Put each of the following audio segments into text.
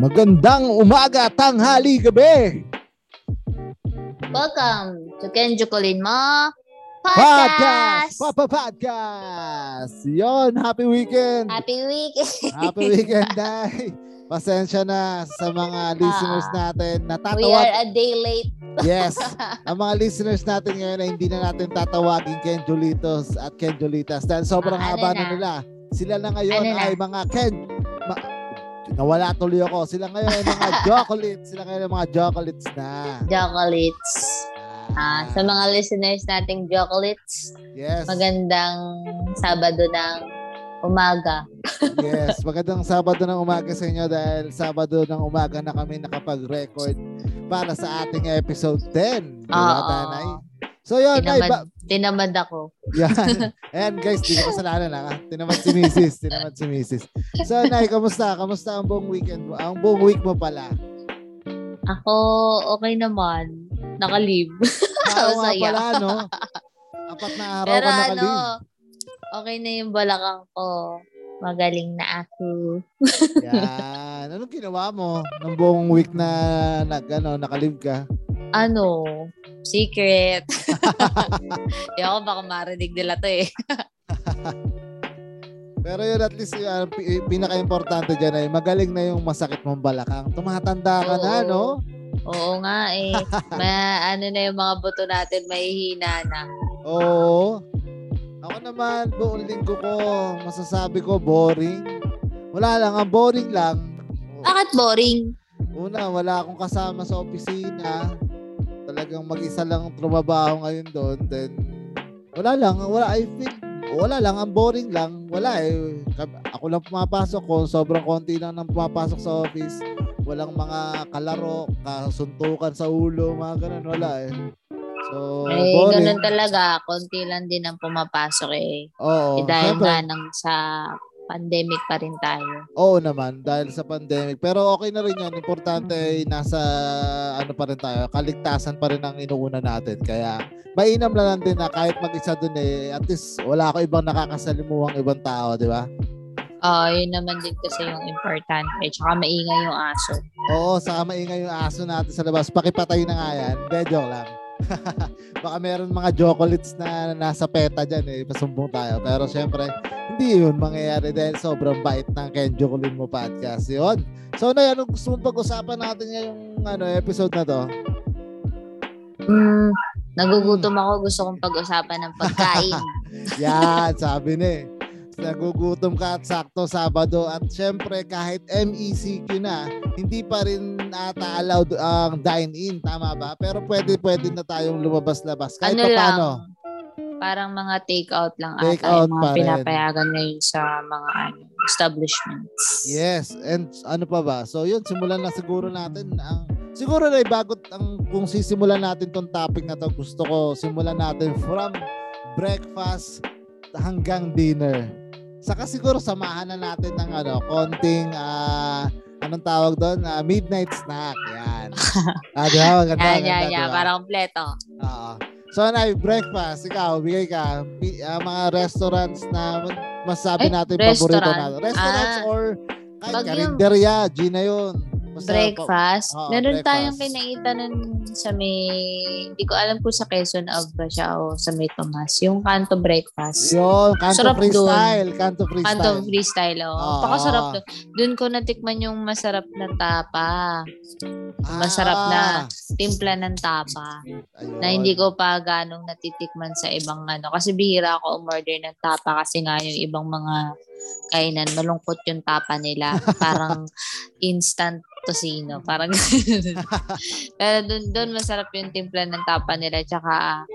Magandang umaga, tanghali, gabi. Welcome to Kenjo Colinmo Podcast! Podcast! Papa Podcast! Yon, happy weekend! Happy weekend! Ah. Happy weekend, Day! Pasensya na sa mga listeners natin. We are Natatawag, a day late. yes. Ang mga listeners natin ngayon ay hindi na natin tatawagin Ken Julitos at Ken Julitas dahil sobrang Ah, ano haba na na? nila. Sila na ngayon Ano na? ay mga Ken... Ma- nawala tuloy ako. Sila ngayon ay mga Jocolites. Sila ngayon ay mga Jocolites na. Jocolates. Ah, sa mga listeners nating Jocolates, Yes. magandang Sabado ng umaga. yes. Magandang Sabado ng umaga sa inyo dahil Sabado ng umaga na kami nakapag-record para sa ating episode 10. Di ba, Oo. Tanay? So, yun, Nay. Ba- Tinamad, tinamad ako. yan. Ayan, guys. Di ko kasalanan, ha? Tinamad si Mrs. Tinamad si Mrs. So, Nay, kamusta? Kamusta ang buong weekend mo? Ang buong week mo pala. Ako, okay naman. Nakalib. Araw nga Masaya. pala, no? Apat na araw Pero ka ano, nakalim. okay na yung balakang ko. Magaling na ako. Yan. Anong ginawa mo ng buong week na nag, ano, nakalib ka? ano, secret. Di ako baka marinig nila to eh. Pero yun, at least, uh, pi- pinaka-importante dyan ay magaling na yung masakit mong balakang. Tumatanda ka na, Oo. no? Oo nga eh. Ma, ano na yung mga buto natin, mahihina na. Oo. Ako naman, buong linggo ko, masasabi ko, boring. Wala lang, ang boring lang. Bakit boring? Una, wala akong kasama sa opisina. Talagang mag-isa lang ang trumabaho ngayon doon. Then, wala lang, wala, I feel, wala lang, ang boring lang. Wala eh. Kab- Ako lang pumapasok ko, sobrang konti lang nang pumapasok sa office. Walang mga kalaro, kasuntukan sa ulo, mga ganun, wala eh. So, eh, Ah, boring. ganun talaga. Konti lang din ang pumapasok eh. Oo, eh dahil syempre. nga nang sa pandemic pa rin tayo. Oo naman, dahil sa pandemic. Pero okay na rin yan. Importante ay nasa, ano pa rin tayo, kaligtasan pa rin ang inuuna natin. Kaya, mainam na lang din na kahit mag-isa dun eh, at least wala ako ibang nakakasalimuhang ibang tao, di ba? Oo, Ah, yun naman din kasi yung importante. Tsaka maingay yung aso. Oo, saka maingay yung aso natin sa labas. Pakipatay na nga yan. Hindi, joke lang. Baka meron mga jokolites na nasa peta dyan eh, pasumbong tayo. Pero syempre, hindi yun mangyayari dahil sobrang bait ng Ken Jokolin mo podcast. Yun. So, na anong gusto mong pag-usapan natin ngayong ano, episode na to? Mm, nagugutom ako. Gusto kong pag-usapan ng pagkain. Yan, sabi ni. Nagugutom ka at sakto Sabado at syempre kahit MECQ na, hindi pa rin ata allowed ang dine-in, tama ba? Pero pwede pwede na tayong lumabas-labas kahit ano ano lang, paano. parang mga take-out lang Take ata out yung pa mga rin. pinapayagan ngayon sa mga ano, establishments. Yes, and ano pa ba? So yun, simulan na siguro natin ang siguro na bago ang kung sisimulan natin tong topic na to, gusto ko simulan natin from breakfast hanggang dinner. Saka siguro samahan na natin ng ano, konting ah, anong tawag doon? Ah, midnight snack. Yan. ah, di ba? Maganda, Yeah, maganda, yeah, di yeah. ba? Parang kompleto. Oo. So, na breakfast, ikaw, bigay ka, Pi- ah, mga restaurants na masabi Ay, natin paborito restaurant. natin. Restaurants Ah. or kahit Wag yun. karinderya, G na yun. Basta Breakfast. Oo, Meron breakfast. tayong kinaita nun sa may, hindi ko alam kung sa Quezon Ave ba siya o sa may Tomas. Yung Kanto Breakfast. Yun, kanto Sarap freestyle. Kanto freestyle. Ah, Kanto Freestyle. Oh. Oo. Pakasarap doon. Doon ko natikman yung masarap na tapa. Ah, Masarap na timpla ng tapa ayun. na hindi ko pa ganong natitikman sa ibang ano. Kasi bihira ako umorder ng tapa kasi nga yung ibang mga kainan, malungkot yung tapa nila. Parang instant tocino. Mm. Parang ganun. Pero dun, dun masarap yung timpla ng tapa nila. Tsaka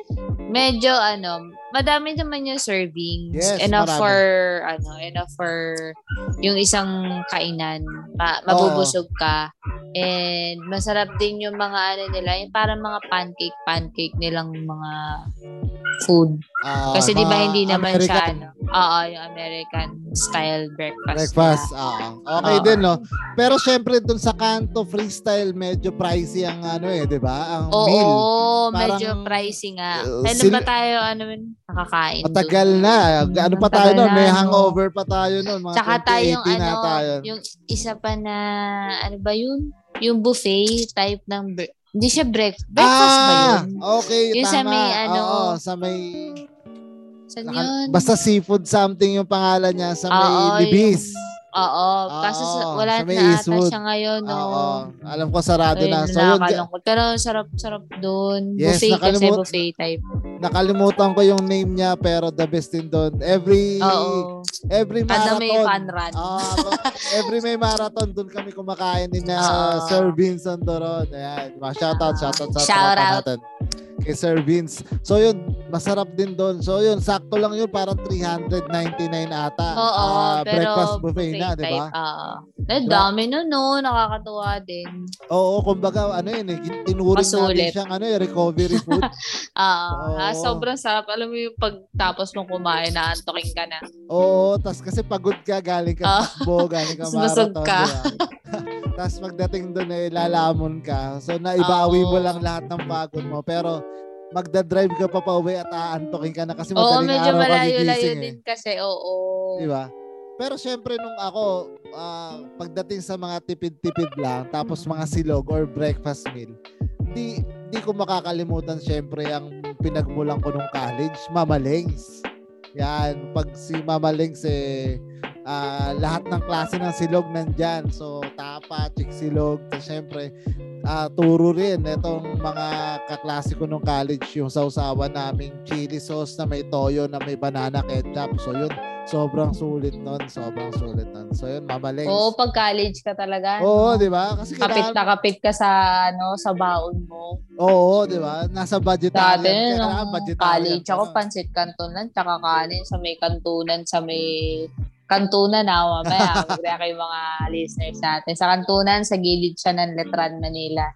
medyo ano, madami naman yung servings. Yes, enough marami. for ano, enough for yung isang kainan. Pa, mabubusog ka. And masarap din yung mga ano nila, yung parang mga pancake, pancake nilang mga food. Ah, Kasi di ba mga hindi naman siya American ano? Oo, yung American style breakfast. Breakfast, ah. Okay Oo. din, no? Pero syempre, dun sa kanto freestyle, medyo pricey ang ano eh, di ba? Ang Oo, meal. medyo Parang, pricey nga. uh, Kailan sila- ba tayo ano yun, nakakain? dun? Matagal na. Ano pa Matagal tayo nun? May na, no? hangover pa tayo nun. Mga Tsaka tayong 2018 na ano, tayo. yung isa pa na, ano ba yun? Yung buffet type ng, bre- hindi siya break, breakfast ba ah, yun? okay, Yung tama. sa may ano, Oo, sa may... Saan naka- yun? Basta seafood something yung pangalan niya sa may Oo, yung- libis. Oo, kaso sa- Oo, wala sa may na ata Eastwood. siya ngayon. No? Oo, alam ko sarado ano. Ayun, na. So yun, nakakalungkot. Pero sarap-sarap doon. Yes, buffet kasi nakalimut- buffet type. nakalimutan ko yung name niya pero the best din doon. Every Oo. every Ano marathon. may fun run. Ah, pag- every may marathon doon kami kumakain ni na Ah. Sir Vince Andoron. Ayan, mga shoutout, Ah. shoutout sa Shout tropa out. natin. Kay Sir Vince. So yun, masarap din doon. So yun, sakto lang yun, parang 399 ata. Oo, Ah, pero breakfast buffet, na, diba? di ba? type, Oo. Eh, dami na no, nakakatuwa din. Oo, kumbaga, ano yun, eh, tinuring natin Masulit. siyang ano, eh, recovery food. Ah, Oo. ah, sobrang sarap. Alam mo yung pagtapos mong kumain, naantokin ka na. Oo, tas kasi pagod ka, galing ka Ah. takbo, galing ka Tas marathon. busog ka. Diba? tas magdating doon eh, lalamon ka. So naibawi Oo. mo lang lahat ng pagod mo. Pero magdadrive ka pa pauwi at aantokin ka na kasi Oo, madaling medyo araw ka malayo-layo gigising eh. din kasi. Oo. Di ba? Pero syempre nung ako, ah, pagdating sa mga tipid-tipid lang, tapos mga silog or breakfast meal, di, di ko makakalimutan syempre ang pinagmulan ko nung college, Mama Lengs. Yan, pag si Mama Lengs eh, ah, lahat ng klase ng silog nandyan. So, tapa, chick silog, so, syempre, ah, turo rin itong mga kaklase ko nung college, yung sausawa naming chili sauce na may toyo, na may banana ketchup. So, yun, sobrang sulit nun. Sobrang sulit nun. So, yun, Mama Lengs. Oo, pag college ka talaga. Oo, no? di ba? Kasi Kapit kailangan, na kapit ka sa ano sa baon mo. oo, di ba? Nasa budgetarian. Dati Kailangan nung budgetarian college ka ako, nun. pansit kanton lang, tsaka kanin sa may kantunan, sa may kantunan na mamaya. Magkaya kayo mga listeners natin. Sa kantunan, sa gilid siya ng Letran, Manila.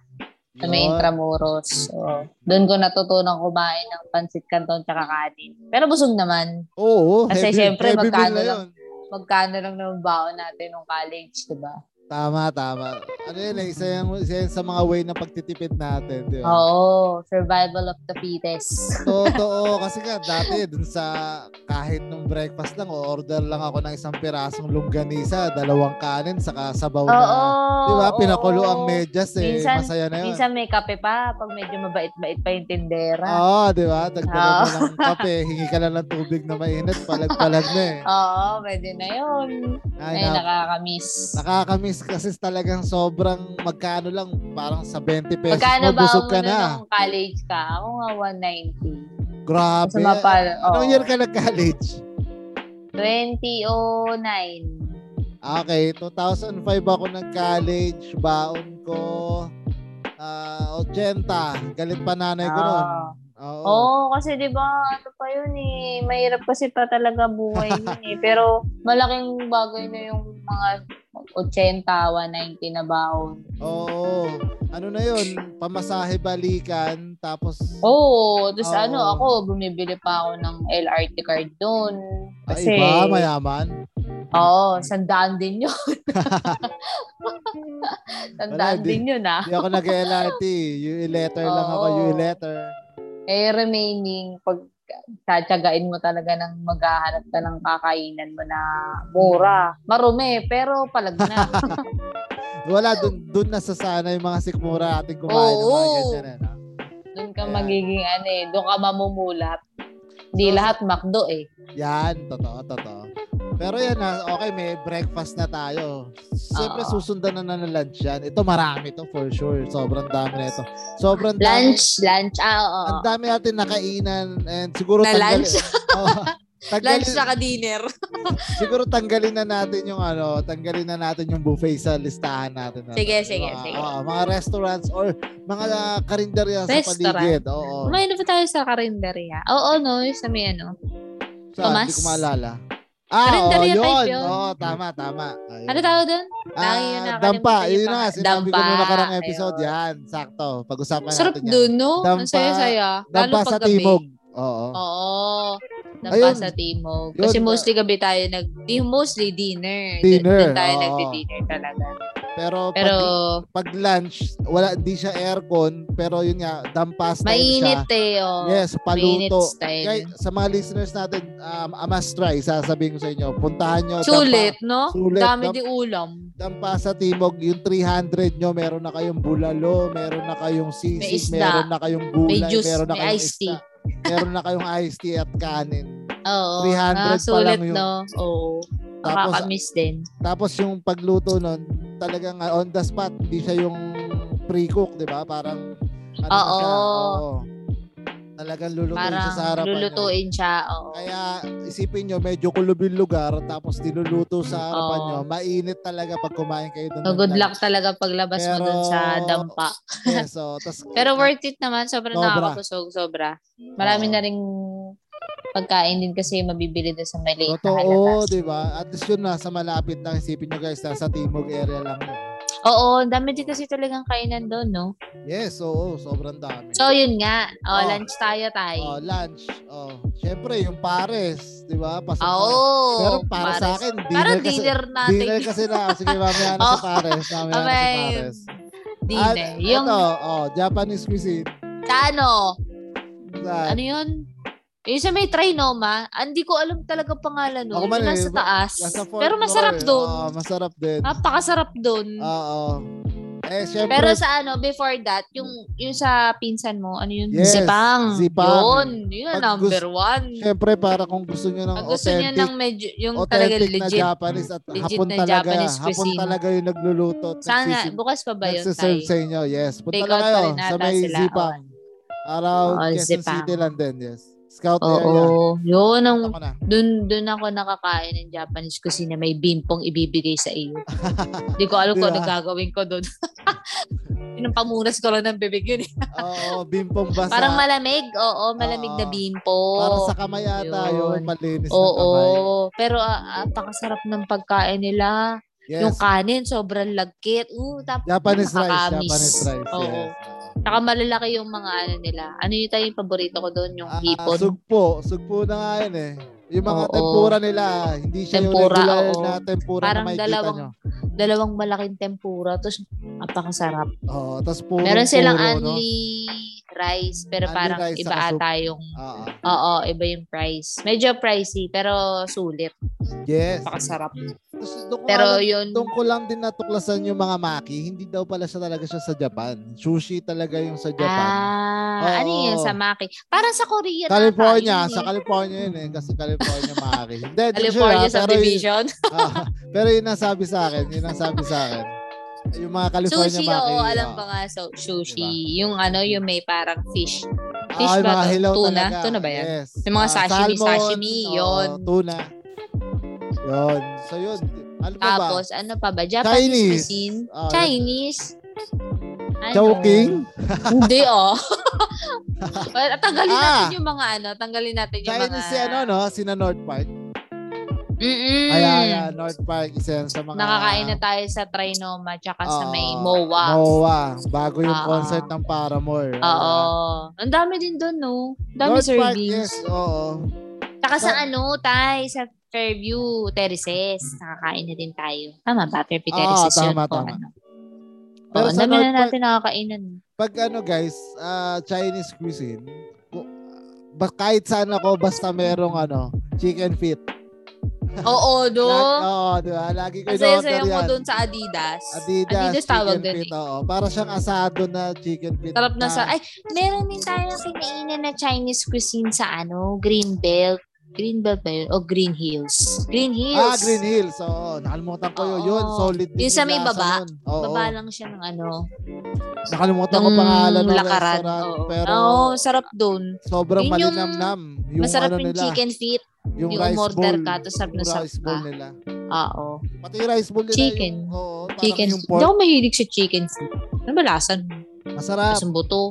Sa may Yun. Intramuros. So, doon ko natutunan kumain ng pansit kanton tsaka kanin. Pero busog naman. Oo, Kasi syempre, heavy meal magkano na lang- yun. Magkano lang ng baon natin nung college, di ba? Tama, tama. Ano yun, eh, isa, yung, isa yun sa mga way na pagtitipid natin, di ba? Oo, survival of the fittest. Totoo, kasi nga dati dun sa kahit nung breakfast lang, order lang ako ng isang pirasong longganisa, dalawang kanin, saka sabaw na. Oo. Di ba? Pinakulo oo. ang medyas eh. Minsan- Masaya na yun. Minsan may kape pa pag medyo mabait-bait pa yung tindera. Oo, di ba? Dagdagan mo Oo. ng kape, hingi ka lang ng tubig na mainit, palag-palag na eh. Oo, pwede na yun. Ay, Ay, nap- nakakamiss. nakakamiss kasi talagang sobrang magkano lang, parang sa 20 pesos Magkano mo, ba busog ang ka ano na. nung college ka? Ako nga 190. Grabe. Sa mapal. Anong oo. year ka nag-college? 2009. Okay, 2005 ako ng college, baon ko ah, 80. Galit pa nanay ko noon. Oo. Oo. Oo, kasi 'di ba, ano pa 'yun eh, mahirap kasi pa talaga buhay 'yun eh. Pero malaking bagay na yung mga 80, 190 na baon. Oo. Ano na 'yun? Pamasahe balikan tapos Oo, oh, tapos Oo. ano, ako bumibili pa ako ng LRT card doon. ay, Kasi, iba, mayaman. oo, sandaan din yun. Wala, sandaan di- din yun ah. Hindi ako nag-LRT. UE letter lang ako, Oo. UE letter. Eh, remaining, pag tatyagain mo talaga ng maghahanap ka ng kakainan mo na Mm. mura. Marumi, pero palag na. Wala, dun, dun nasasana yung mga sikmura natin kumain ng mga Oo. ganyan. eh, no? doon ka Ayan. magiging ano eh, doon ka mamumulat. Di So, lahat McDo eh. Yan, totoo, totoo. Pero yan na, okay, may breakfast na tayo. Siyempre, Oo. susundan na na ng lunch yan. Ito marami to for sure. Sobrang dami na ito. Sobrang dami. Lunch, lunch, ah, oo. Ang dami natin nakainan and siguro Na tanggalin. lunch? Oo. tanggalin, Lunch saka dinner. siguro tanggalin na natin yung ano, tanggalin na natin yung buffet sa listahan natin. ano. Sige, sige, Mga- sige. oo, mga restaurants or mga karinderya sa Restaurant. paligid. Oo. May ano pa tayo sa karinderya? Oo, no, yung sa may ano. Saan? Tomas? Hindi ko maalala. Ah, oo, Karinderya type yun. yun. Oo, tama, tama. Ayun. Ano tawag doon? Ah, Lagi yun nakakalimutan dampa. yung Yun na nga, pang- sinabi ko dampa. nung nakarang episode. Ayun. Yan, sakto. Pag-usapan Sarap natin yan. dun, no? Dampa- Ang saya-saya. Lalo Dampa pag sa gabi. timog. Oo. Oo. Ayun. Nabasa sa Timog. Yun Kasi na. mostly gabi tayo nag... Di, mostly dinner. Dinner, Doon tayo oo. nagdi-dinner talaga. Pero, Pero pag, pag lunch, wala, di siya aircon, pero yun nga, dampas style siya. mainit eh. Oh. Yes, mainit paluto. style. Kaya, sa mga listeners natin, um, a must try, sasabihin ko sa inyo. Puntahan nyo. Sulit, no? Sulit, no? Dami di ulam. Dampa sa Timog, yung 300 nyo, meron na kayong bulalo, meron na kayong May sisig, isda. meron na kayong gulay, May juice, meron na may kayong iced tea. isda, meron na kayong iced tea at kanin. Oo. 300 pa ah, lang sulit, yun. no? Oo. Tapos, Nakakamiss din. tapos yung pagluto nun, talagang uh, on the spot, hindi siya yung pre-cook, di ba? Parang, ano na Oo. siya, oo. Talagang lulutuin siya Parang sa harapan nyo. lulutuin siya. Oo. Kaya isipin nyo, medyo kulob yung lugar tapos niluluto sa harapan Oo. nyo. Mainit talaga pag kumain kayo doon. So, ng good lunch. luck talaga paglabas mo dun sa Pero- dampa. Yes, so, tas, Pero worth it naman. Sobrang Sobra. nakakapusog. Sobra. Marami Oo. na rin pagkain din kasi mabibili doon sa maliit na Totoo, halaga. di ba? At least yun, nasa malapit lang. Isipin nyo guys, nasa Timog area lang. yun. Oo, ang dami din kasi talagang kainan doon, no? Yes, oo, sobrang dami. So, yun nga. O, Oo. lunch tayo oh, tayo. lunch. Oh, syempre, yung pares, di ba? Pasok na- Oo. Oh, Pero para sa akin, dinner Parang kasi. dinner natin. Dinner kasi na. ah, Sige, mamaya na sa Oo. pares. Mamaya na sa Okay. pares. At, Dinner. eh. Yung, Ito, oh, Japanese cuisine. ano, Sa- ano yun? Yung sa may trinoma, ah, hindi ko alam talaga pangalan Ako nun. man eh, Yung nasa taas. Nasa fourth Pero floor masarap eh. doon. Oo, masarap din. Napakasarap doon. Oo. Eh, syempre, Pero sa ano, before that, yung yung sa pinsan mo, ano yun? Yes, Zipang. Zipang. Yun, yun ang Pag number one. syempre, para kung gusto nyo ng Pag gusto niya authentic, ng medyo, yung talaga authentic na legit. Japanese at legit hapon na talaga, Japanese hapon cuisine. talaga yung nagluluto. at Sana, nagsisim- bukas pa ba yun tayo? nagsiserve sa inyo, yes. Punta na Take out kayo pa rin sa ata may sila. Zipang. Around Oo, Quezon Zipang. City lang din, yes. Scout Oo, area. yun ang, Ako na. dun, dun ako nakakain ng Japanese cuisine na may bimpong ibibigay sa iyo. Hindi ko alam Di kung ba? ano gagawin ko dun. Pinampamunas ko lang ng bibig yun. eh. Oo, bimpong basa. Parang malamig, oo, malamig na Oo. bimpong. Para Ah. sa kamay ata yun, Yun. malinis na Oo. kamay. Pero ah, ah, pakasarap ng pagkain nila. Yes. Yung kanin, sobrang lagkit. Uh, tapos Japanese rice, nakakamis. Japanese rice. Oo. Yes. saka malalaki yung mga ano nila. Ano yung tayo yung paborito ko doon? Yung Ah, hipon. sugpo, sugpo na nga yun eh. Yung mga Oo. tempura nila, hindi siya yung Tempura, regular oo. na tempura Parang na makikita dalawang- nyo. Dalawang malaking tempura. Tapos, apakasarap. Oo, tapos puro Meron silang puro, only rice. Pero Only parang rice iba saka soup. ata yung... No? Oo. Oo, iba yung price. Medyo pricey, pero sulit. Yes. Pakasarap. Tapos doon ko Pero alam- yun... doon ko lang din natuklasan yung mga maki, hindi daw pala siya talaga siya sa Japan. Sushi talaga yung sa Japan. Ah, Oo. ano yun sa Maki? Parang sa Korea na California, tayo eh. sa California yun eh, kasi California maki. Hindi, hindi sure, ah, California pero yun- subdivision. Ah, pero yun ang sabi sa akin, yun ang sabi sa akin. Yung mga California Sushi, maki. oo, alam ah. ko nga. So, sushi. Yung ano, yung may parang fish. Fish Ah, yung ba mga to? hilaw Tuna? talaga. Tuna ba yan? Yes. Yung mga Ah, sashimi, salmon, sashimi, oo, yun. tuna. Yun. So yun, ano pa ba? Tapos, ano pa ba? Japanese Chinese. cuisine? Ah, yun. Chinese? Ano? Chowking? Hindi, oh. Well, tanggalin Ah. natin yung mga ano. Tanggalin natin yung Chinese mga... Hmm. si ano, no? Sina North Park. Mm-mm. Ayan, ayan, North Park, isa yan sa mga... Ah. Nakakain na tayo sa Trinoma tsaka sa Oo, may MOA. MOA. Bago yung Ah. concert ng Paramore. Oo. Ang dami din doon, no? Ayan. Ang dami North Park, servings. yes, oo. Saka sa Sa- ano, tay, sa Fairview Terraces, nakakain na din tayo. Tama ba? Fairview Oo, Terraces Ah, yun. tama, o tama. Ano. Pero Pero sa dami North na natin nakakainan. Pag ano guys, ah, Chinese cuisine, ku- ba kahit saan ako, basta merong ano, chicken feet. Oo, do. Lag- Oo, di ba? Lagi ko Ang in-order saya-saya mo yan. doon sa Adidas. Adidas, tawag chicken doon feet, eh. oo. Para siyang asado na ano. chicken feet. Sarap na Ah. sa... Ay, meron din tayo kinainan na Chinese cuisine sa ano, Greenbelt. Greenbelt ba yun? O Green Hills. Green Ah, Hills. Green Hills. Oo, nakalimutan ko yun. Oo. Yun, solid din. Yung sa may lasa baba. nun. Oo, Baba lang siya ng ano, nakalimutan ko ng pangalan ng lakaran. restaurant. Oo. Pero Oo, sarap doon. sobrang Yun yung- malinamnam. Yung Masarap ano yung nila, chicken feet. yung, yung rice umorder bowl. ka, tapos sarap na yung sarap rice ka. bowl nila. Oo. Pati yung rice bowl nila. Chicken. Yung, oo, parang Chicken. yung Hindi pork. ako mahilig Ah, sa chicken soup. Ano ba lasan? Masarap. Tapos ang buto.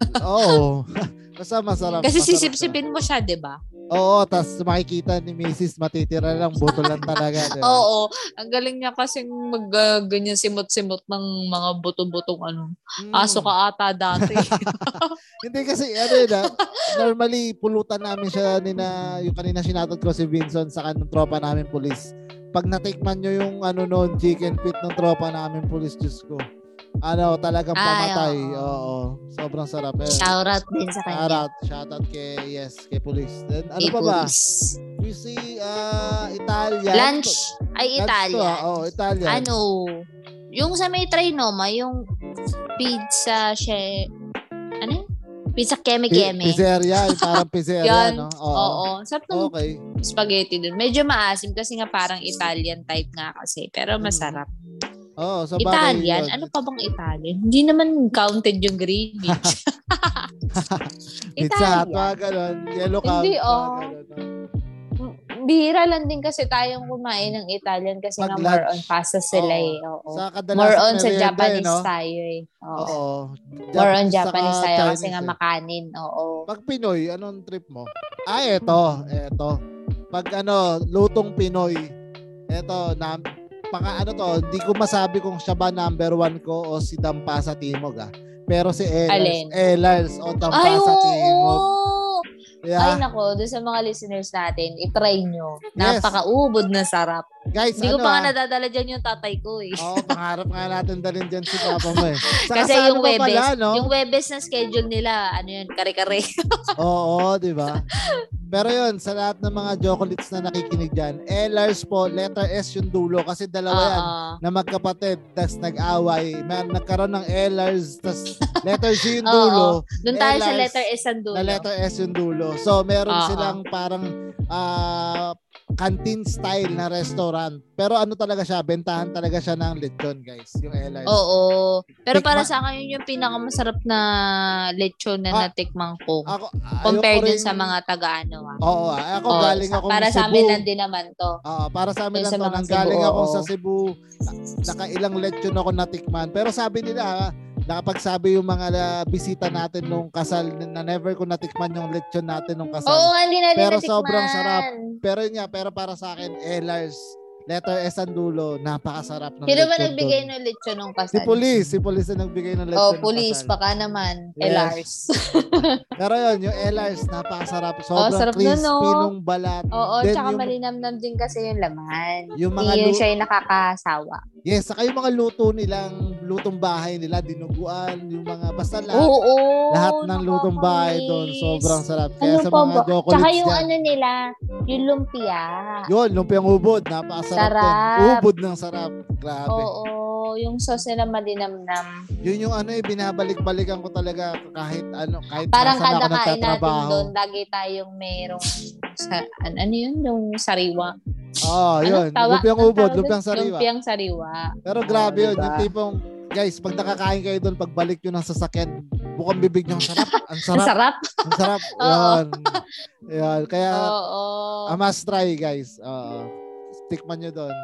Oo. Basta masarap. masarap Kasi siya. sisipsipin mo siya, di ba? Oo, tas makikita ni Mrs. matitira lang, buto lang talaga. di ba? Oo. Ang galing niya kasi mag ah, ganyan simot-simot ng mga buto-butong ano. Mm. Aso ka ata dati. Hindi kasi, ano yun ah, normally pulutan namin siya nina, yung kanina sinatod ko si Vinson sa kanong tropa namin pulis. Pag natikman nyo yung ano noon, chicken feet ng tropa namin pulis, Diyos ko. Ano, talagang Ay, pamatay. oo. Oo, sobrang sarap. Eh, Shoutout din sa shout kanya. out, shout out kay, yes, kay pulis. Then, ano Hey, pa ba? Pulis. We see ah, Italian. Lunch. Ay, Lunch to, ah. Italian. Oo, Italian. Ano? Yung sa may trinoma, yung pizza, she... Ano yun? Pizza Pi- Oh. keme-keme. Pizzeria, yung parang pizzeria, Yan. no? Oo. Oo. Sarap ng Okay. spaghetti dun. Medyo maasim kasi nga parang Italian type nga kasi. Pero Mm. masarap. Oo, sa bagay Italian? yun. Ano pa bang Italian? Hindi naman counted yung Greenwich. Pizza, Italian. mga ganun. Yellow cab. Hindi, mga oo. ganun, no? Bihira lang din kasi tayong kumain ng Italian kasi nga Pag more lunch. on pasta sila Oo. eh. Oo. Sa kadalasan More on sa merienda, eh, Japanese no? tayo eh. Oo. Oo. More on saka Japanese tayo kasi Chinese, nga eh. makanin. Oo. Pag Pinoy, anong trip mo? Ah, eto. Eto. Pag ano, lutong Pinoy. Eto, na, paka ano to, hindi ko masabi kung siya ba number one ko o si Dampa sa Timog ah. Pero si Alin? Elars, Elars o Dampa Ay, sa oo! Timog. Ay, Yeah. nako. Doon sa mga listeners natin, itry nyo. Yes. Napakaubod na sarap. Guys, Hindi ano ko pa nga ah, nadadala dyan yung tatay ko eh. Oo, pangarap nga natin dalhin dyan si Papa mo eh. Saka Kasi sa ano yung pa Webes, pala, no? yung Webes na schedule nila, ano yun, kare-kare. Oo, di ba? Pero yun, sa lahat ng mga Jokolites na nakikinig dyan, LRs po, letter S yung dulo kasi dalawa yan Oo. na magkapatid, tas nag-away, may nagkaroon ng LRs, tas letter Z yung Oo, dulo, Doon tayo sa LRs letter S ang dulo. na letter S yung dulo. So, meron Oo. silang parang ah, canteen style na restaurant. Pero ano talaga siya, bentahan talaga siya ng lechon, guys, yung LRs. Oo. Pero Tikman- para sa akin, yun yung pinakamasarap na lechon na Ah, natikman ko. Ako, ayoko Compared dun rin- sa mga taga-ano ah. Oo, ah, ako Oo, galing sa- ako para sa sa amin Cebu. lang din naman to. Ah, para sa amin Yung lang sa to, mga nang Cebu, galing ako oo. sa Cebu, nakailang lechon ako natikman. Pero sabi nila, ah, nakapagsabi yung mga ah, bisita natin nung kasal na never ko natikman yung lechon natin nung kasal. Oo nga, hindi na din Pero natikman. sobrang sarap. Pero yun nga, pero para sa akin, Elars, letter S ang dulo, napakasarap ng Sino ba lechon nagbigay doon. ng lechon nung Si kasal? Police, si Police na nagbigay ng lechon Oh, ng police, kasal. baka naman. Yes. Elars. Pero yun, yung Elars, napakasarap. Sobrang Oh, sarap nun, crispy no? nung balat. Oo, Then tsaka yung- malinamnam din kasi yung laman. Yung mga Hindi yun lu- siya yung nakakasawa. Yes, saka yung mga luto nilang, lutong bahay nila, dinuguan, yung mga, basta lahat, Oo. lahat ng lutong bahay doon, nakakamiss. sobrang sarap. Ano Kaya sa pa mga ba? jokolites Tsaka yung dyan, ano nila, yung lumpia. yun, lumpiang ubod, napakasarap Sarap. doon. Ubod ng sarap, grabe. Oo, yung sauce nila malinamnam. Yun yung ano eh, binabalik-balikan ko talaga kahit ano, kahit Parang nasaan kada ako kain natin nagtatrabaho. doon, lagi tayong merong sa, an- ano yun, yung sariwa. Oo, Ano yun, tawa- lumpiang anong ubod, tawag doon? lumpiang sariwa. Lumpiang sariwa. Pero grabe Oo, yun, diba? yung tipong, guys, pag nakakain kayo doon, pagbalik nyo ng sasakyan, bukang bibig nyo, ang sarap, ang Ang sarap, sarap. ang sarap. Oo. yun. Yun, kaya Oo. A must try, guys. Oo. Tikman nyo doon.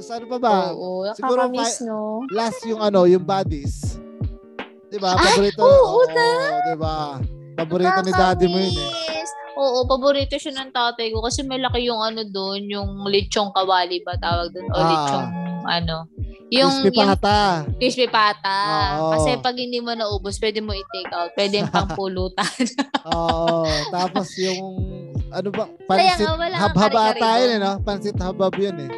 Tapos ano pa ba? Oo, siguro nakakamiss, no? Last yung ano, yung bodies. Diba? Paborito. oo, diba? Paborito ni daddy mo yun eh. Nakakamiss. Oo, paborito siya ng tatay ko kasi malaki yung ano doon, yung lechong kawali ba tawag doon? O Ah. lechong ano? Yung, Crispy yung pata. Crispy pata. Oo. Kasi pag hindi mo naubos, pwede mo i-take out. Pwede yung pangpulutan. Oo. Tapos yung ano ba? Kaya Pansit nga, wala kang habhab kare-kare ata yun eh, doon. no? Pansit habhab yun eh.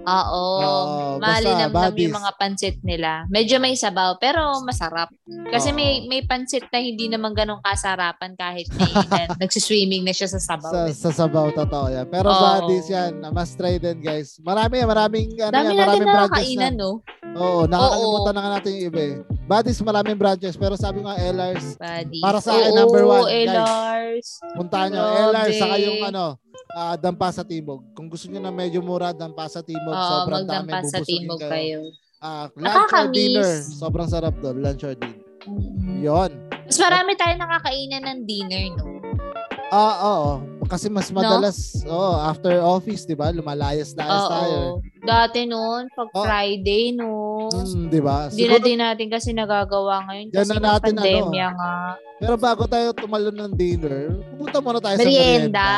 Oo. Oo, basta, Malinamnam buddies. yung mga pansit nila. Medyo may sabaw, pero masarap. Oo. Kasi may may pansit na hindi naman ganong kasarapan kahit na nagsiswimming na siya sa Sa, sabaw. eh. sa sabaw, totoo yan. Pero Oo. bodies yan. A must try din, guys. Marami, maraming, ano Dami yan, natin maraming projects na. nakakainan, no? Oo, nakakalimutan Oo. na nga natin yung iba eh. Badis, maraming branches. Pero sabi ko nga, LRs, Buddy. Para sa akin, number one, eh, guys. Elars. puntahan nyo. Grabe. LRs, saka yung ano, ah, dampa sa timog. Kung gusto nyo na medyo mura, dampa sa timog. Oo, sobrang dami. magdampa sa bubusugin timog kayo. Ah, lunch or Nakakamiss. dinner. Sobrang sarap doon. Lunch or dinner. Mm-mm. Yun. Mas marami tayo nakakainan ng dinner, no? Ah, oo. kasi mas madalas, oh, after office, 'di ba? Lumalayas-layas tayo. eh. Oo. Dati noon, pag Oo. Friday noon, Mm, 'di ba? hindi na Siguro, din natin kasi nagagawa ngayon Yan kasi na na natin, ano. pandemya nga. pero bago tayo tumalon ng dinner, pupunta muna tayo sa merienda. Merienda.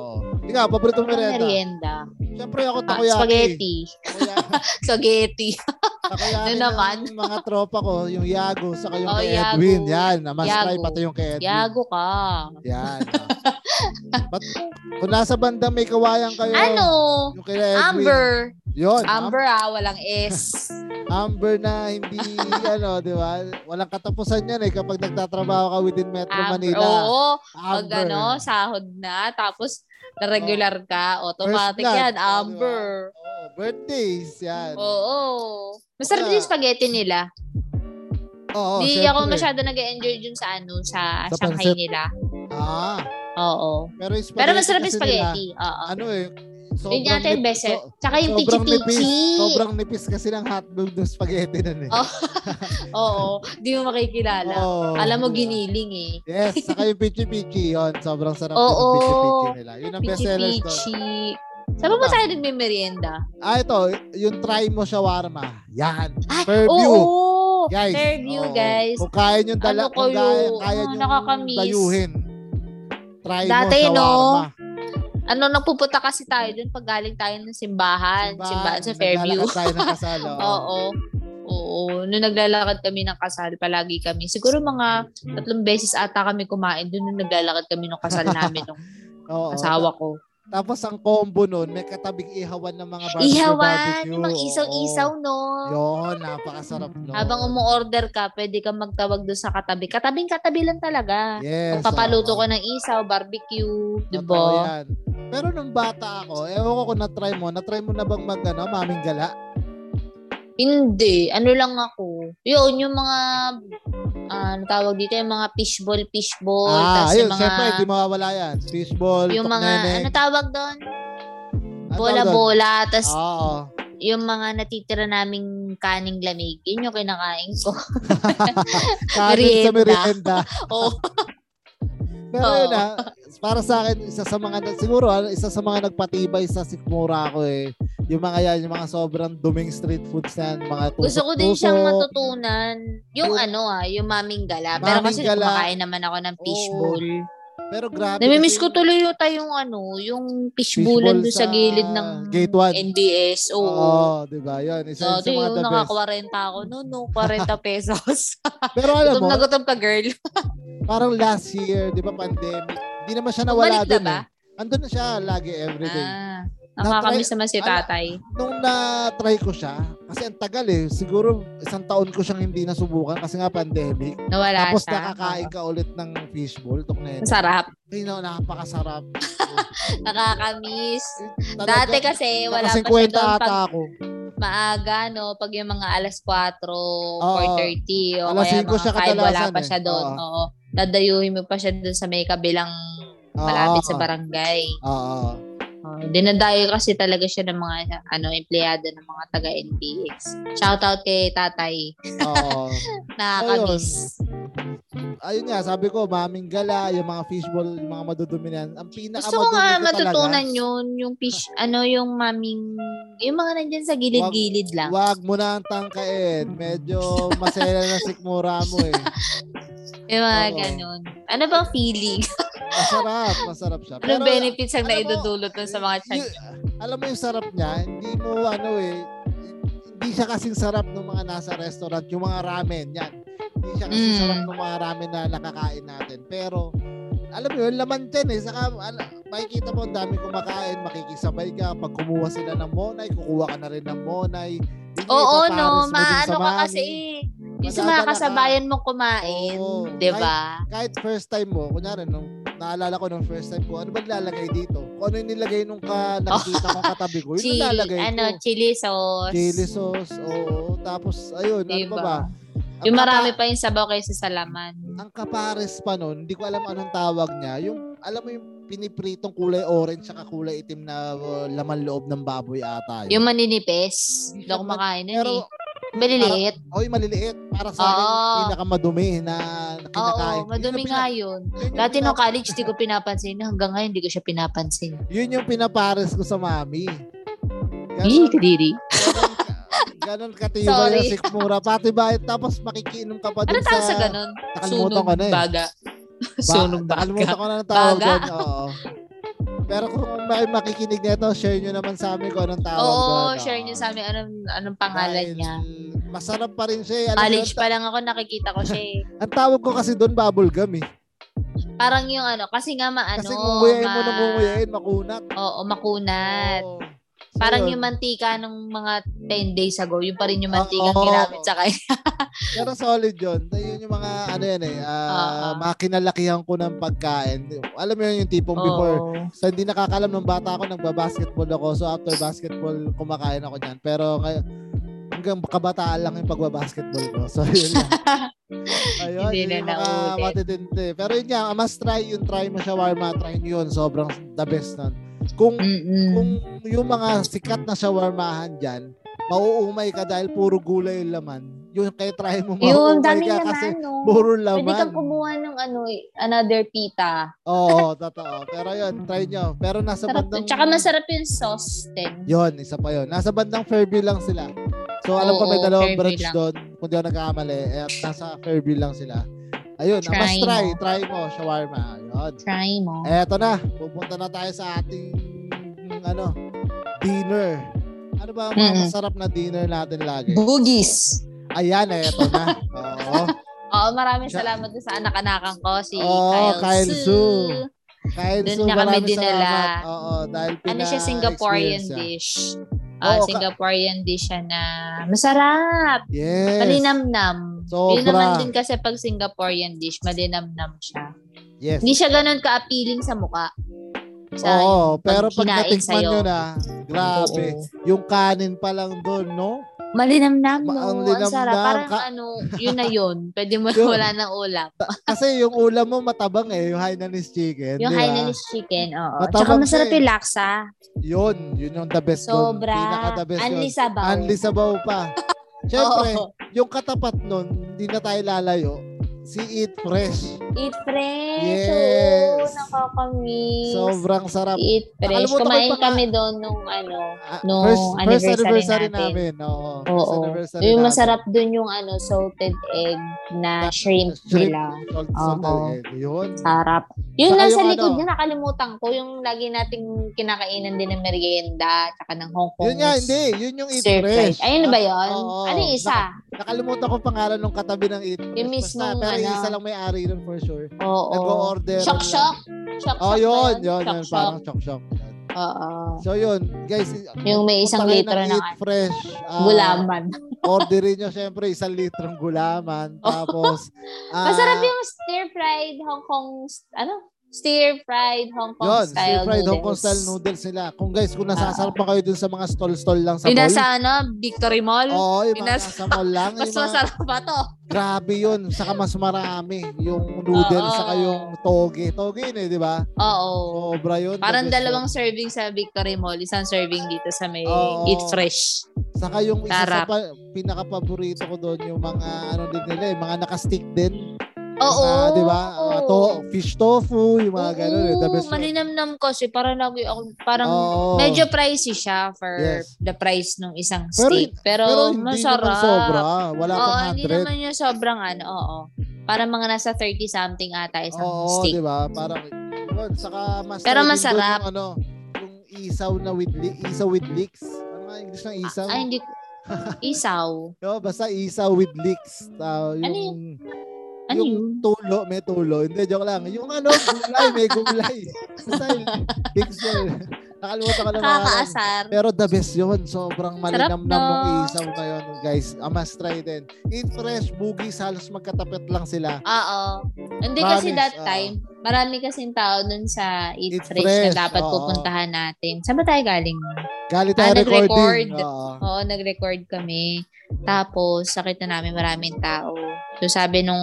Oo. Ikaw, paborito Ano mo merienda? merienda? Siyempre ako Ah, takoyaki. spaghetti. Takoyaki- Spaghetti. Takoyaki Yun ng naman. mga tropa ko, yung Yago, saka yung Oh, kay Yago. Edwin. Yan, mas try Yago. pati yung kay Edwin. Yago ka. Yan. ah. But, kung nasa bandang may kawayan kayo, Ano? yung kay Edwin. Amber. Yun, Eh, Amber. Amber ah, walang S. Amber na hindi, ano, di ba? Walang katapusan yan eh kapag nagtatrabaho ka within Metro Amber. Manila. Oo. Pag Amber. ano, sahod na. Tapos, na regular ka. First Automatic blood. yan. Oo, diba? Amber. Oo, birthdays, yan. Oo. Masarap Wala. din yung spaghetti nila. Oo, Hindi syempre. ako masyado nag-enjoy dun sa ano, sa, Sa Shanghai pancit. nila. Ah, Oo. pero yung Pero masarap yung kasi spaghetti. Oo. nila, ano eh, Yun yata yung nip- best. eh. so- Tsaka yung sobrang nipis. tichi-tichi. Sobrang nipis kasi ng hotdog ng spaghetti nun eh. Oh, Oo. Di mo makikilala. Oo, Alam mo, di ba? giniling eh. Yes, saka yung Pichi Pichi, yun. Sobrang sarap din Oo. ng Pichi Pichi nila. Yun ang best sellers ko. Pichi-pichi. Saan ba Diba? tayo nagme-merienda? Ah, ito, yung try mo shawarma. Yan. Ay, Fairview. Oo! Guys. Fairview, oo. guys. Kung kaya nyo dala, Ano kung kayo? kaya, kaya Ah, nyo nakakamiss. dayuhin. Try Dati, mo no? shawarma. Ano, nagpupunta kasi tayo dun pag galing tayo ng simbahan. Simbahan, sa naglalakad Fairview. tayo ng kasal. oo. Oo. Oo. Nung naglalakad kami ng kasal, palagi kami. Siguro mga Mm. tatlong beses ata kami kumain dun nung naglalakad kami ng kasal namin ng Oo. asawa ko. Tapos ang combo nun, may katabing ihawan ng mga barbecue. Ihawan! barbecue. Yung mga isaw-isaw, no? Yun, napakasarap nun. Habang um, umu-order ka, pwede kang magtawag doon sa katabi. Katabing-katabi lang talaga. Yes. Kung papaluto oo. ko ng isaw, barbecue, di Totoo ba? yan. Pero nung bata ako, ewan ko kung na-try mo, na-try mo na bang mag, ano, maming gala? Hindi. Ano lang ako. Yun, yung mga, ah, ano tawag dito, yung mga fishball, fishball. ah, tapos ayun, yung mga, syempre, hindi mawawala yan. Fishball, yung mga, ano tokneneng, tawag doon? ano eh. doon? Ah. Bola-bola. Tapos Oo. yung mga natitira naming kaning lamig, yun yung kinakain ko. Kanin sa Merienda. merienda. Oo. Pero Oo. yun ah, para sa akin, isa sa mga, siguro, ah, isa sa mga nagpatibay sa sikmura ko eh. Yung mga yan, yung mga sobrang duming street foods na yan, mga tusok Gusto ko din siyang matutunan. Yung ano ah, yung maming gala. Pero Maming kasi gala. kumakain naman ako ng fishball. Pero grabe. Namimiss kasi ko tuloy yung tayong ano, yung fishball fishballan doon sa gilid ng Gate 1. NBS. Oo, Oo. diba? Yun, isa So, yun sa mga Oh, the yung best. naka-40 ako. No, no, 40 pesos. Pero alam gutom mo, na gutom ka, girl. parang last year, di ba, pandemic, di naman siya nawala Bumalik na dun ba? eh. Andun na siya lagi everyday. Ah, Natry- nakakamiss naman si Ala- tatay. Nung na-try ko siya, kasi ang tagal eh, siguro isang taon ko siyang hindi nasubukan kasi nga pandemic. Nawala Tapos siya. nakakain ka ulit ng fishball, tok na yun. Masarap. Ay, no, napakasarap. Nakakamiss. Talaga, Dati kasi, wala pa siya 50 doon ata pag ako. maaga, no? Pag yung mga alas 4, 4.30, o Alas kaya 5 mga siya 5, wala kadalasan pa eh. siya doon. Oo. Oo. Dadayuhin mo pa siya doon sa may kabilang Oo, malapit sa oo, barangay. Oo. Oh, dinadayo kasi talaga siya ng mga ano empleyado ng mga taga NPX. Shoutout kay Tatay. Oo. Nakakamiss. Ayun nga, sabi ko, maming gala, yung mga fishball, yung mga madudumi na yan. Ang pinaka Gusto ko nga talaga, matutunan yun, yung fish, ano yung maming, yung mga nandyan sa gilid-gilid lang. Wag mo na ang tangkain. Medyo masaya na sikmura mo eh. Yung mga Oo. ganun. Ano bang feeling? Masarap, masarap siya. Anong benefits alam ang mo, naidudulot nun sa mga chan? y- alam mo yung sarap niya, hindi mo ano eh, hindi siya kasing sarap ng mga nasa restaurant, yung mga ramen, yan. Hindi siya kasing Mm. sarap ng mga ramen na nakakain natin. Pero, alam mo yun, laman dyan eh. Saka, ano, makikita mo, ang dami kumakain, makikisabay ka. Pag kumuha sila ng monay, kukuha ka na rin ng monay. Hindi, Oo, ipapares mo no. dun Maano sa ka mami. kasi eh. Yung sa Madadala mga ka. kasabayan mo kumain, Oo. di ba? kahit first time mo, kunyari, nung naalala ko nung first time ko, ano ba nilalagay dito? Kung ano yung nilagay nung ka, nakikita kong katabi ko, yun Chili, yung nilalagay ko. ano, chili sauce. Chili sauce, oo. Tapos, ayun, ano Diba? pa ba? Ang Yung marami kapa- pa yung sabaw kaysa sa laman. ang kapares pa nun, hindi ko alam anong tawag niya. Yung, alam mo yung pinipritong kulay orange saka kulay itim na uh, laman loob ng baboy ata. Yun. Yung maninipis. Hindi ako makain nun eh. Pero, Maliliit. oy, maliliit. Para sa akin, Oo. pinakamadumi na kinakain. Oo, madumi Yun yung nga yun. pina- yun yung Dati nung pina- college, di ko pinapansin. Hanggang ngayon, di ko siya pinapansin. Yun yung pinapares ko sa mami. Ih, Ganon, kadiri. ganon, ganon katiba Sorry. yung sikmura. Pati ba, tapos makikinom ka pa Ano dun tawag sa ganun? Nakalimutan Sunog ko na eh. baga. Sunog Nakalimutan baga. ko na ng tawag Baga. doon. Oo. Pero kung may makikinig nito, share nyo naman sa amin kung anong tawag doon. Oo, share niyo sa amin anong, anong pangalan Dahil niya. Masarap pa rin Ano siya. eh. Alam College mo, pa lang ako, nakikita ko siya eh. Ang tawag ko kasi doon, bubble gum eh. Parang yung ano, kasi nga maano. Kasi nguyayin mo ma- nang nguyayin, makunat. Oo, makunat. Oo. So, Parang yun. yung mantika ng mga 10 days ago, yung pa rin yung mantika Oo. ginamit sa kanya. Pero solid yun. So, Yun yung mga, ano yan eh, ah, Oo. mga kinalakihan ko ng pagkain. Alam mo yun, yung tipong before, Oo. sa hindi nakakalam ng bata ako, nagba-basketball ako. So after basketball, kumakain ako niyan. Pero ngay- hanggang kabataan lang yung pagba-basketball ko. So yun lang. Ayun, Hindi yun na yung mga naulit. matitindi. Pero yun nga, must try yun. Try mo shawarma, try nyo yun. Sobrang the best nun. Kung, Mm. Mm-mm. kung yung mga sikat na shawarmahan dyan, mauumay ka dahil puro gulay yung laman. Yun, kaya try mo Yun, mauumay dami ka naman, kasi no. puro laman. Pwede kang kumuha ng ano, eh, another pita. Oo, totoo. Pero yun, try nyo. Pero nasa Sarap, bandang... Tsaka masarap yung sauce din. Yon, isa pa yon. Nasa bandang Fairview lang sila. So alam ko may Oo, dalawang Fairview branch lang. doon, kung di ako nagkakamali, eh, at nasa Fairview lang sila. Ayun, ah, mas Try try, mo. try mo, shawarma. Ayun. Try mo. Eto na, pupunta na tayo sa ating, ano, dinner. Ano ba ang mga Mm-mm. masarap na dinner natin lagi? Bugis. Ayan, eto na. Oo. Oo, maraming Siya- salamat din sa anak-anakan ko, si Oo, Kyle, Oh, Kyle Su. Ano Su. Kahit Doon so, niya kami maraming dinala. salamat. Oo, dahil Ano siya, pina-experience Singaporean niya. dish. Ah, Oo, ka- Singaporean dish siya na masarap. Yes. Malinamnam. Yun Sobra. naman din kasi pag Singaporean dish, malinamnam siya. Yes. Hindi siya ganun ka-appealing sa mukha. Sa Oo, pero pag hinain natikman sa'yo. nyo na, grabe. Oo. Yung kanin pa lang doon, no? Malinamnam, Ma- no? ang Ang, linamnam, sarap. Parang ka- ano, yun na yun. Pwede mo Yun. wala ng ulam. Kasi yung ulam mo matabang eh, yung Hainanese chicken. Yung di ba? Hainanese chicken, oo. Matabang Tsaka masarap siya eh. yung laksa. Yun, yun yung the best doon. Sobra. Pinaka the best Anli yun. sabaw. Anli sabaw pa. Siyempre, Oo. yung katapat nun, hindi na tayo lalayo. Si Eat Fresh. Eat fresh. Yes. Oo, nakakamiss. Sobrang sarap. Eat fresh. Nakalimutan ko Kumain pa nga. kami doon nung ano. Ah, Nung first anniversary anniversary namin. natin. Oo. first Oo. anniversary Yung namin. masarap doon yung ano, salted egg na shrimp, Shrimp, nila. salt, Oo. salt, egg. Yun. Sarap. Yun Saka lang yung sa likod ano- niya, nakalimutan ko. Yung lagi nating kinakainan din ng merienda, tsaka ng Hong Kong. Yun nga, hindi. Yun yung Eat Stir Fresh. fried. Ayun na ba yun? Oo. ano yung isa? Nakalimutan ko pangalan ng katabi ng ito. Yung mismong Pero yung ano. isa lang may ari nun for sure. Oo. Nag-o-order. Shock, shock. Shock, Oh, shock yun. Yun, ba Shock, yun. shock. Parang chok-chok. Oo. So, yun. Guys, Yung may isang punta kayo litro ng ng Eat Fresh. ah, Gulaman. orderin nyo, syempre, isang litrong gulaman. Tapos, ah, Oh. Masarap yung stir-fried Hong Kong, ano? Stir-fried Hong Kong yun, style stir fried noodles. Ah. Hong Kong style noodles nila. Kung guys, kung nasasarapan kayo dun sa mga stall-stall lang sa Yung mall. nasa ano, Victory Mall. Oo, yung yung mga nasa- nasa mall lang. Mas yung mga- masarap ba to? Grabe yun. Saka mas marami. Yung noodles, Oo. saka yung toge. Toge yun eh, di ba? Oo. Sobra yun. Parang Tapos, dalawang serving sa Victory Mall, isang serving dito sa may Oo. Eat Fresh. Saka yung isa sa Sarap. pa, pinaka-paborito ko doon, yung mga, ano din nila, eh, mga naka-stick din. Oo. Ah, di ba? Ah, to, fish tofu, yung mga Oo, ganun. Eh. The best yun. malinamnam kasi parang lagi ako, parang Oo. medyo pricey siya for Yes. the price ng isang Pero- steak. Pero, Pero hindi masarap. naman sobra. Wala Oo, pang hindi 100. naman yung sobrang ano, oo. Parang mga nasa 30 something ata isang Oo, steak. di ba? Parang, yun, saka mas try din Pero doon masarap. Yung, ano, yung isaw na with, li- isaw with leeks. Ano nga English ng isaw? Ah, Ay, hindi ko. Isaw. Yo, basta isa with leeks. Ah, yung, Ano Ano yung yun? tulo, may tulo. Hindi, joke lang. Yung ano, gulay, may gulay. Basta yung leeks yun. Nakalimutan ko na mga Kakaasar. pero the best yun. Sobrang Sarap, malinamnam nung no? isaw na yun, guys. Ah, must try din. Eat fresh, bugis, halos magkatapat lang sila. Oo. Hindi kasi Promise, that oo. time, marami kasing tao dun sa Eat Eat Fresh, Fresh, na dapat oo. pupuntahan natin. Saan ba tayo galing? Galit Ah, tayo recording. nag-record. Oo. Oo, nag-record kami. Tapos, sakit na namin maraming tao. So, sabi nung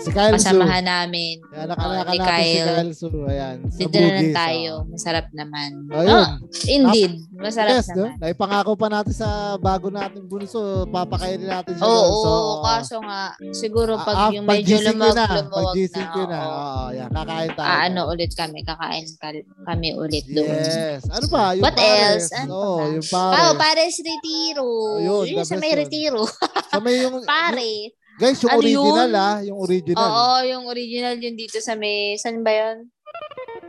Si Kyle Pasamahan namin. Su. Ayan, Oo, Anak-anak ni natin si Kyle. Kyle Su. Ayan. sa Dito na lang Bugis, tayo. oh. Masarap naman. Ayun. Oh, indeed. Masarap yes, no? naman. Naipangako pa natin sa bago natin bunso, papakainin natin siya. Oo, doon. oo, so, kaso nga, siguro ah, ah, pag yung medyo pag-gising nyo lumag, na, lumuwag pag-gising na, nyo na. oo. Oo, yan, kakain tayo. Ah, ano ulit kami, kakain ka- kami ulit doon. Yes. Ano ba? Yung What pares. else? Ano Oo, pa ba? yung pares. Wow, pares retiro. Ayun, Yun, the sa best may yun. retiro. So, may yung, Pare. guys, yung Ano original yun? ah. Yung original. Oo, yung original yun dito sa may, saan ba yun?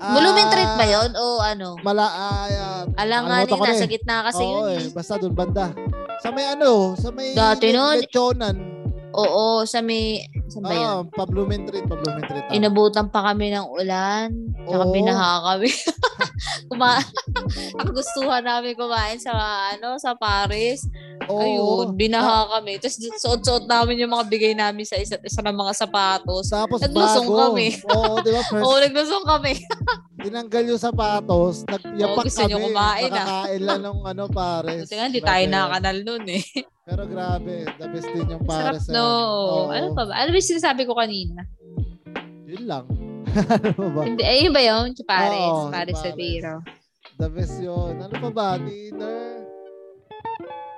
Ah, Volumen treat ba yun? O ano? Mala, ah, ah, Alanganin, nakalimutan ko na nasa eh. gitna kasi Oo, yun eh, eh. Basta doon banda. Sa may ano, sa may Dati nun. lechonan. Oo, sa may, saan ba yun? Ah, pablumen treat, pablumen treat. ah. Inabutan pa kami ng ulan. Tsaka Oo. binaha kami. Kuma ang gustuhan namin kumain sa ano sa Paris. Oo. Ah. Ayun, binaha kami. Tapos suot-suot namin yung mga bigay namin sa isa't isa ng mga sapatos. Tapos Naglusong bago. kami. Oo, di ba? First, Oo, naglusong kami. tinanggal yung sapatos, nagyapak Oo, Oh, gusto niyo kami. kumain, ah. Nakakain lang ng ano, pares. Buti nga, hindi Grabe tayo yun. nakakanal nun eh. Pero grabe, the best din yung Sarap pares. na no. yun. Oo. Ano pa ba? Ano ba yung sinasabi ko kanina? Yun lang. ano ba? Hindi, eh, yun ba yun? Sa Paris. Oo, sa Paris sa Paris. Tiro. The best yun. Ano pa ba? Dinner.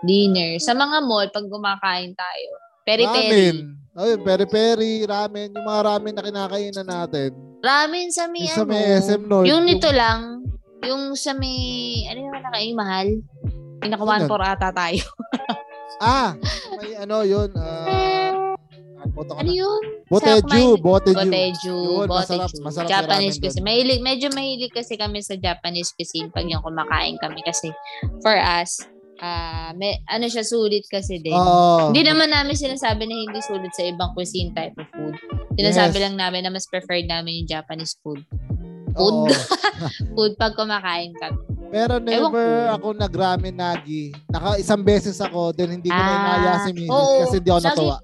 Dinner. Sa mga mall, pag gumakain tayo. Ramen. Peri-peri. Ayun, peri-peri, ramen. Yung mga ramen na kinakainan natin. Ramen sa may Yung ano. sa may SM North. Yung nito lang, yung sa may, ano yung nakain, mahal? Pinaka Ano yun? 1.4 ata tayo. Ah! May ano yun. ah, ah, boto ko Ano na. yun? Boteju. kumain- Boteju. Boteju. Yun, masarap- Boteju. masarap yung Japanese ramen doon. cuisine. Mahilig, medyo mahilig kasi kami sa Japanese cuisine pag yung kumakain kami. Kasi for us, ah may, ano siya, sulit kasi din. Oo. Hindi naman namin sinasabi na hindi sulit sa ibang cuisine type of food. Sinasabi Yes. lang namin na mas preferred namin yung Japanese food. Oo. Food pag kumakain kami. Pero never ko. ako nag-ramen nagi. Naka isang beses ako, then hindi ko na Ah, inaya si Minis oo. kasi hindi ako Lagi- natuwa.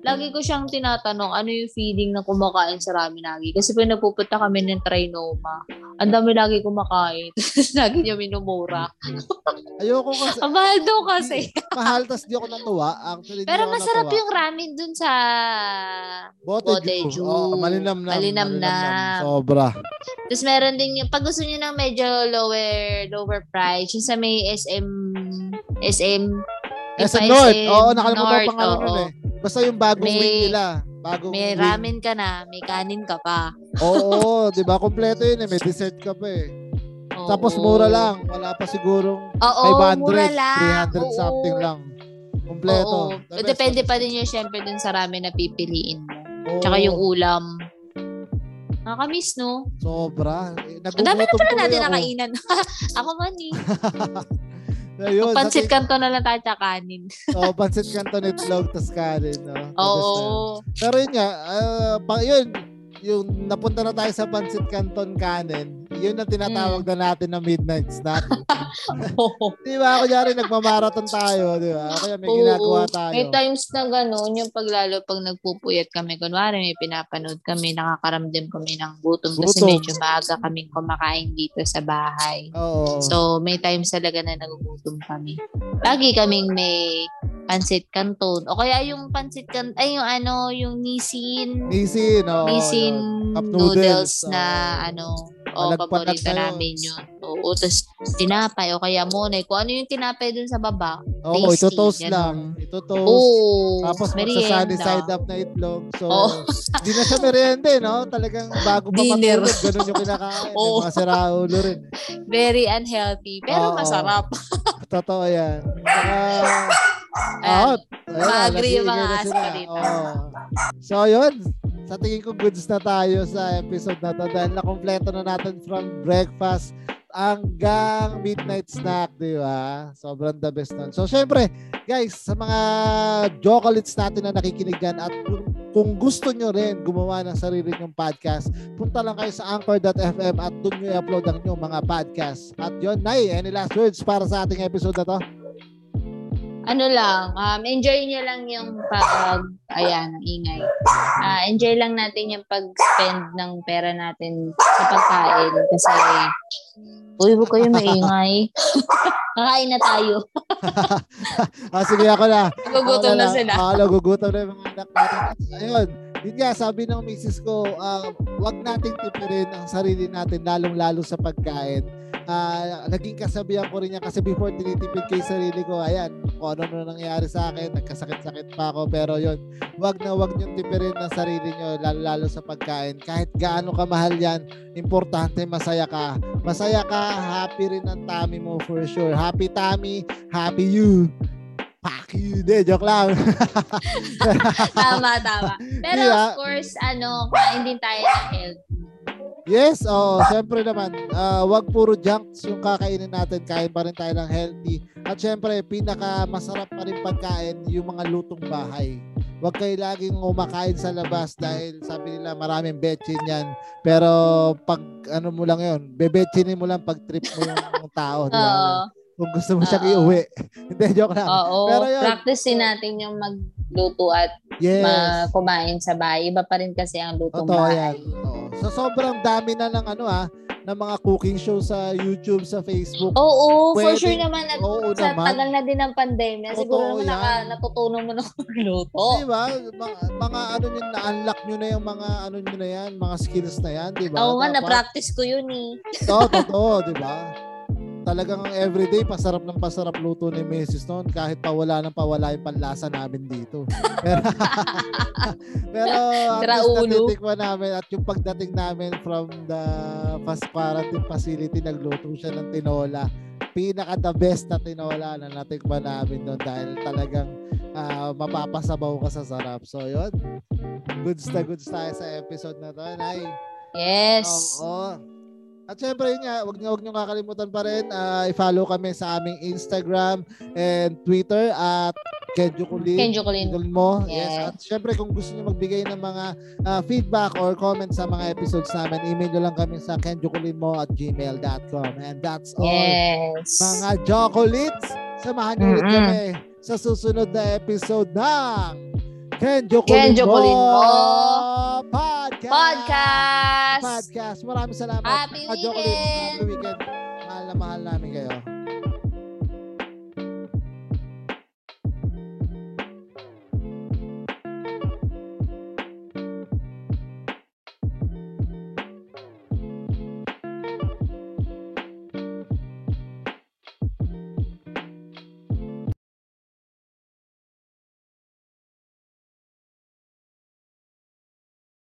Lagi ko siyang tinatanong, ano yung feeling na kumakain sa ramen lagi? Kasi pag napupunta kami ng Trinoma, ang dami lagi kumakain. lagi niya minumura. Ayoko kasi, Ang mahal daw kasi. mahal tas di ako natuwa. Actually, di Pero ako masarap natuwa. yung ramen dun sa... Boteju. Boteju. Oo, malinam na. Malinamnam. Sobra. Tapos meron din yung... Pag gusto niyo ng medyo lower lower price, yung sa may SM... SM... yung SM pa Eh, North. SM Oo, nakalimutan ko North, pangalan oo. nun eh. Basta yung bagong May- wing nila. Bagong May wing. ramen ka na, may kanin ka pa. Oo, di ba? Kompleto yun eh. May dessert ka pa eh. Oo. Tapos mura lang. Wala pa sigurong Oo, 500, mura 300 lang. Oo. something lang. Kompleto. Oo. The best, Depende the pa best. din yun, syempre, dun sa ramen na pipiliin mo. Oo, Tsaka yung ulam. Nakakamiss, no? Sobra. Eh, Ang dami na nagugutom tuloy pala natin ako. nakainan. ako man eh. Ayun, Pansit sa- kanto na lang tayo tsaka kanin. Oh, pansit canton itlog, tas kanin. No? The best na yun. Oo. Pero yun nga, ah, pa, yun, yung napunta na tayo sa pansit canton kanin, yun ang Mm. tinatawag na natin na midnight snack. di ba? Kunyari, nagmamarathon tayo, di ba? Kaya may ginagawa Oo. tayo. May times na gano'n, yung paglalo pag nagpupuyat kami, kunwari may pinapanood kami, nakakaramdam kami ng gutom kasi Gutom. medyo maaga kaming kumakain dito sa bahay. Oo. So, may times talaga na nagugutom kami. Lagi kaming may pansit canton. O kaya yung pansit canton, ay yung ano, yung nisin. Nisin, oo. Nisin yun. Cup noodles, noodles na oo. ano, o Malagpatak paborito sa'yo. namin yun. Oo, tapos tinapay o kaya monay. Kung ano yung tinapay dun sa baba, Oo, ito tasty, toast ganun. lang. Ito toast. Oo. Tapos magsasunny side up na itlog. So, Oo. hindi na siya merienda eh, no? Talagang bago pa Dinner. matulog, ganun yung kinakain. Oo. May mga siraulo rin. eh. Very unhealthy. Pero Oo. masarap. Totoo yan. Saka, Ayan. oo, ayun, Ma-agree yung nag-iingay mga Ah, na sila. aspirita. Oo. So, yun. Sa tingin ko, goods na tayo sa episode na to dahil nakompleto na natin from breakfast hanggang midnight snack, di ba? Sobrang the best nun. So, syempre, guys, sa mga jokalites natin na nakikinig dyan at kung- kung gusto nyo rin gumawa ng sarili nyong podcast, punta lang kayo sa anchor.fm at doon nyo i-upload ang nyong mga podcast. At yun, Nay, any last words para sa ating episode na to? Ano lang, um, enjoy nyo lang yung pag, ayan, ang ingay. Ah, enjoy lang natin yung pag-spend ng pera natin sa pagkain. Kasi, uy, huwag kayo maingay. Kakain na tayo. Ah, sige ako na. Gugutom na Ako sila. Ako na, gugutom na yung mga anak natin. Ayun, yun nga, sabi ng misis ko, ah, wag nating tipirin ang sarili natin, lalong-lalo sa pagkain. Ah, naging kasabihan ko rin yan kasi before tinitipid ko yung sarili ko, ayan, kung ano na nangyari sa akin, nagkasakit-sakit pa ako, pero yun, wag na wag niyong tipirin ang sarili niyo, lalo-lalo sa pagkain. Kahit gaano kamahal yan, importante masaya ka. Masaya ka, happy rin ang tummy mo for sure. Happy tummy, happy you. Fuck you. De, joke lang. Tama, tama. Pero Yeah. of course, ano, kain din tayo ng health. Yes, oo. Siyempre naman, ah, wag puro junks yung kakainin natin. Kain pa rin tayo ng healthy. At siyempre, pinaka masarap pa rin pagkain yung mga lutong bahay. Huwag kayo laging umakain sa labas dahil sabi nila maraming betchin yan. Pero pag ano mo lang yun, bebetchinin mo lang pag trip mo yung tao. di ba? Oo. Kung gusto mo siyang Oo. iuwi. Hindi, joke lang. Oo. Pero yun- Practice din natin yung magluto at Yes. ma- kumain sa bahay. Iba pa rin kasi ang lutong Totoo yan. bahay. Oo. Sa sobrang dami na ng ano ah, ng mga cooking show sa YouTube, sa Facebook. Oo, for Pwede. sure naman. At Oo sa naman. tagal na din ng pandemya, Totoo siguro naman yan. naka, natutunan mo na kung magluto. Di ba? Mga, mga ano nyo, na-unlock nyo na yung mga ano nyo na yan, mga skills na yan, di ba? Oo nga, Dapat- na-practice ko yun eh. Oo, totoo, di ba? Talagang ang everyday, pasarap ng pasarap luto ni Mrs. noon kahit pawala ng pawala yung panlasa namin dito. Pero, pero at least Graulo. natitikman namin at yung pagdating namin from the fast quarantine facility, nagluto siya ng tinola. Pinaka the best na tinola na natikman namin doon dahil talagang ah, mapapasabaw ka sa sarap. So yun, goods na goods tayo sa episode na to. And ay, Yes. Oo. At syempre yun nga, wag niyo wag niyo kakalimutan pa rin ah, i-follow kami sa aming Instagram and Twitter at Kenjo Kulin. Kenjo Kulin. Idol mo. Yes. Yes. At syempre kung gusto niyo magbigay ng mga ah, feedback or comments sa mga episodes namin, email niyo lang kami sa kenjokulinmo at gmail.com. And that's all. Yes. Mga Jokolits, samahan niyo ulit Mm-mm. kami sa susunod na episode ng Kenjo Ken Kulinmo Jocolinmo Podcast. Podcast! Podcast. Maraming salamat. Happy Mga Jokolits, weekend! Happy weekend. Mahal na mahal namin kayo.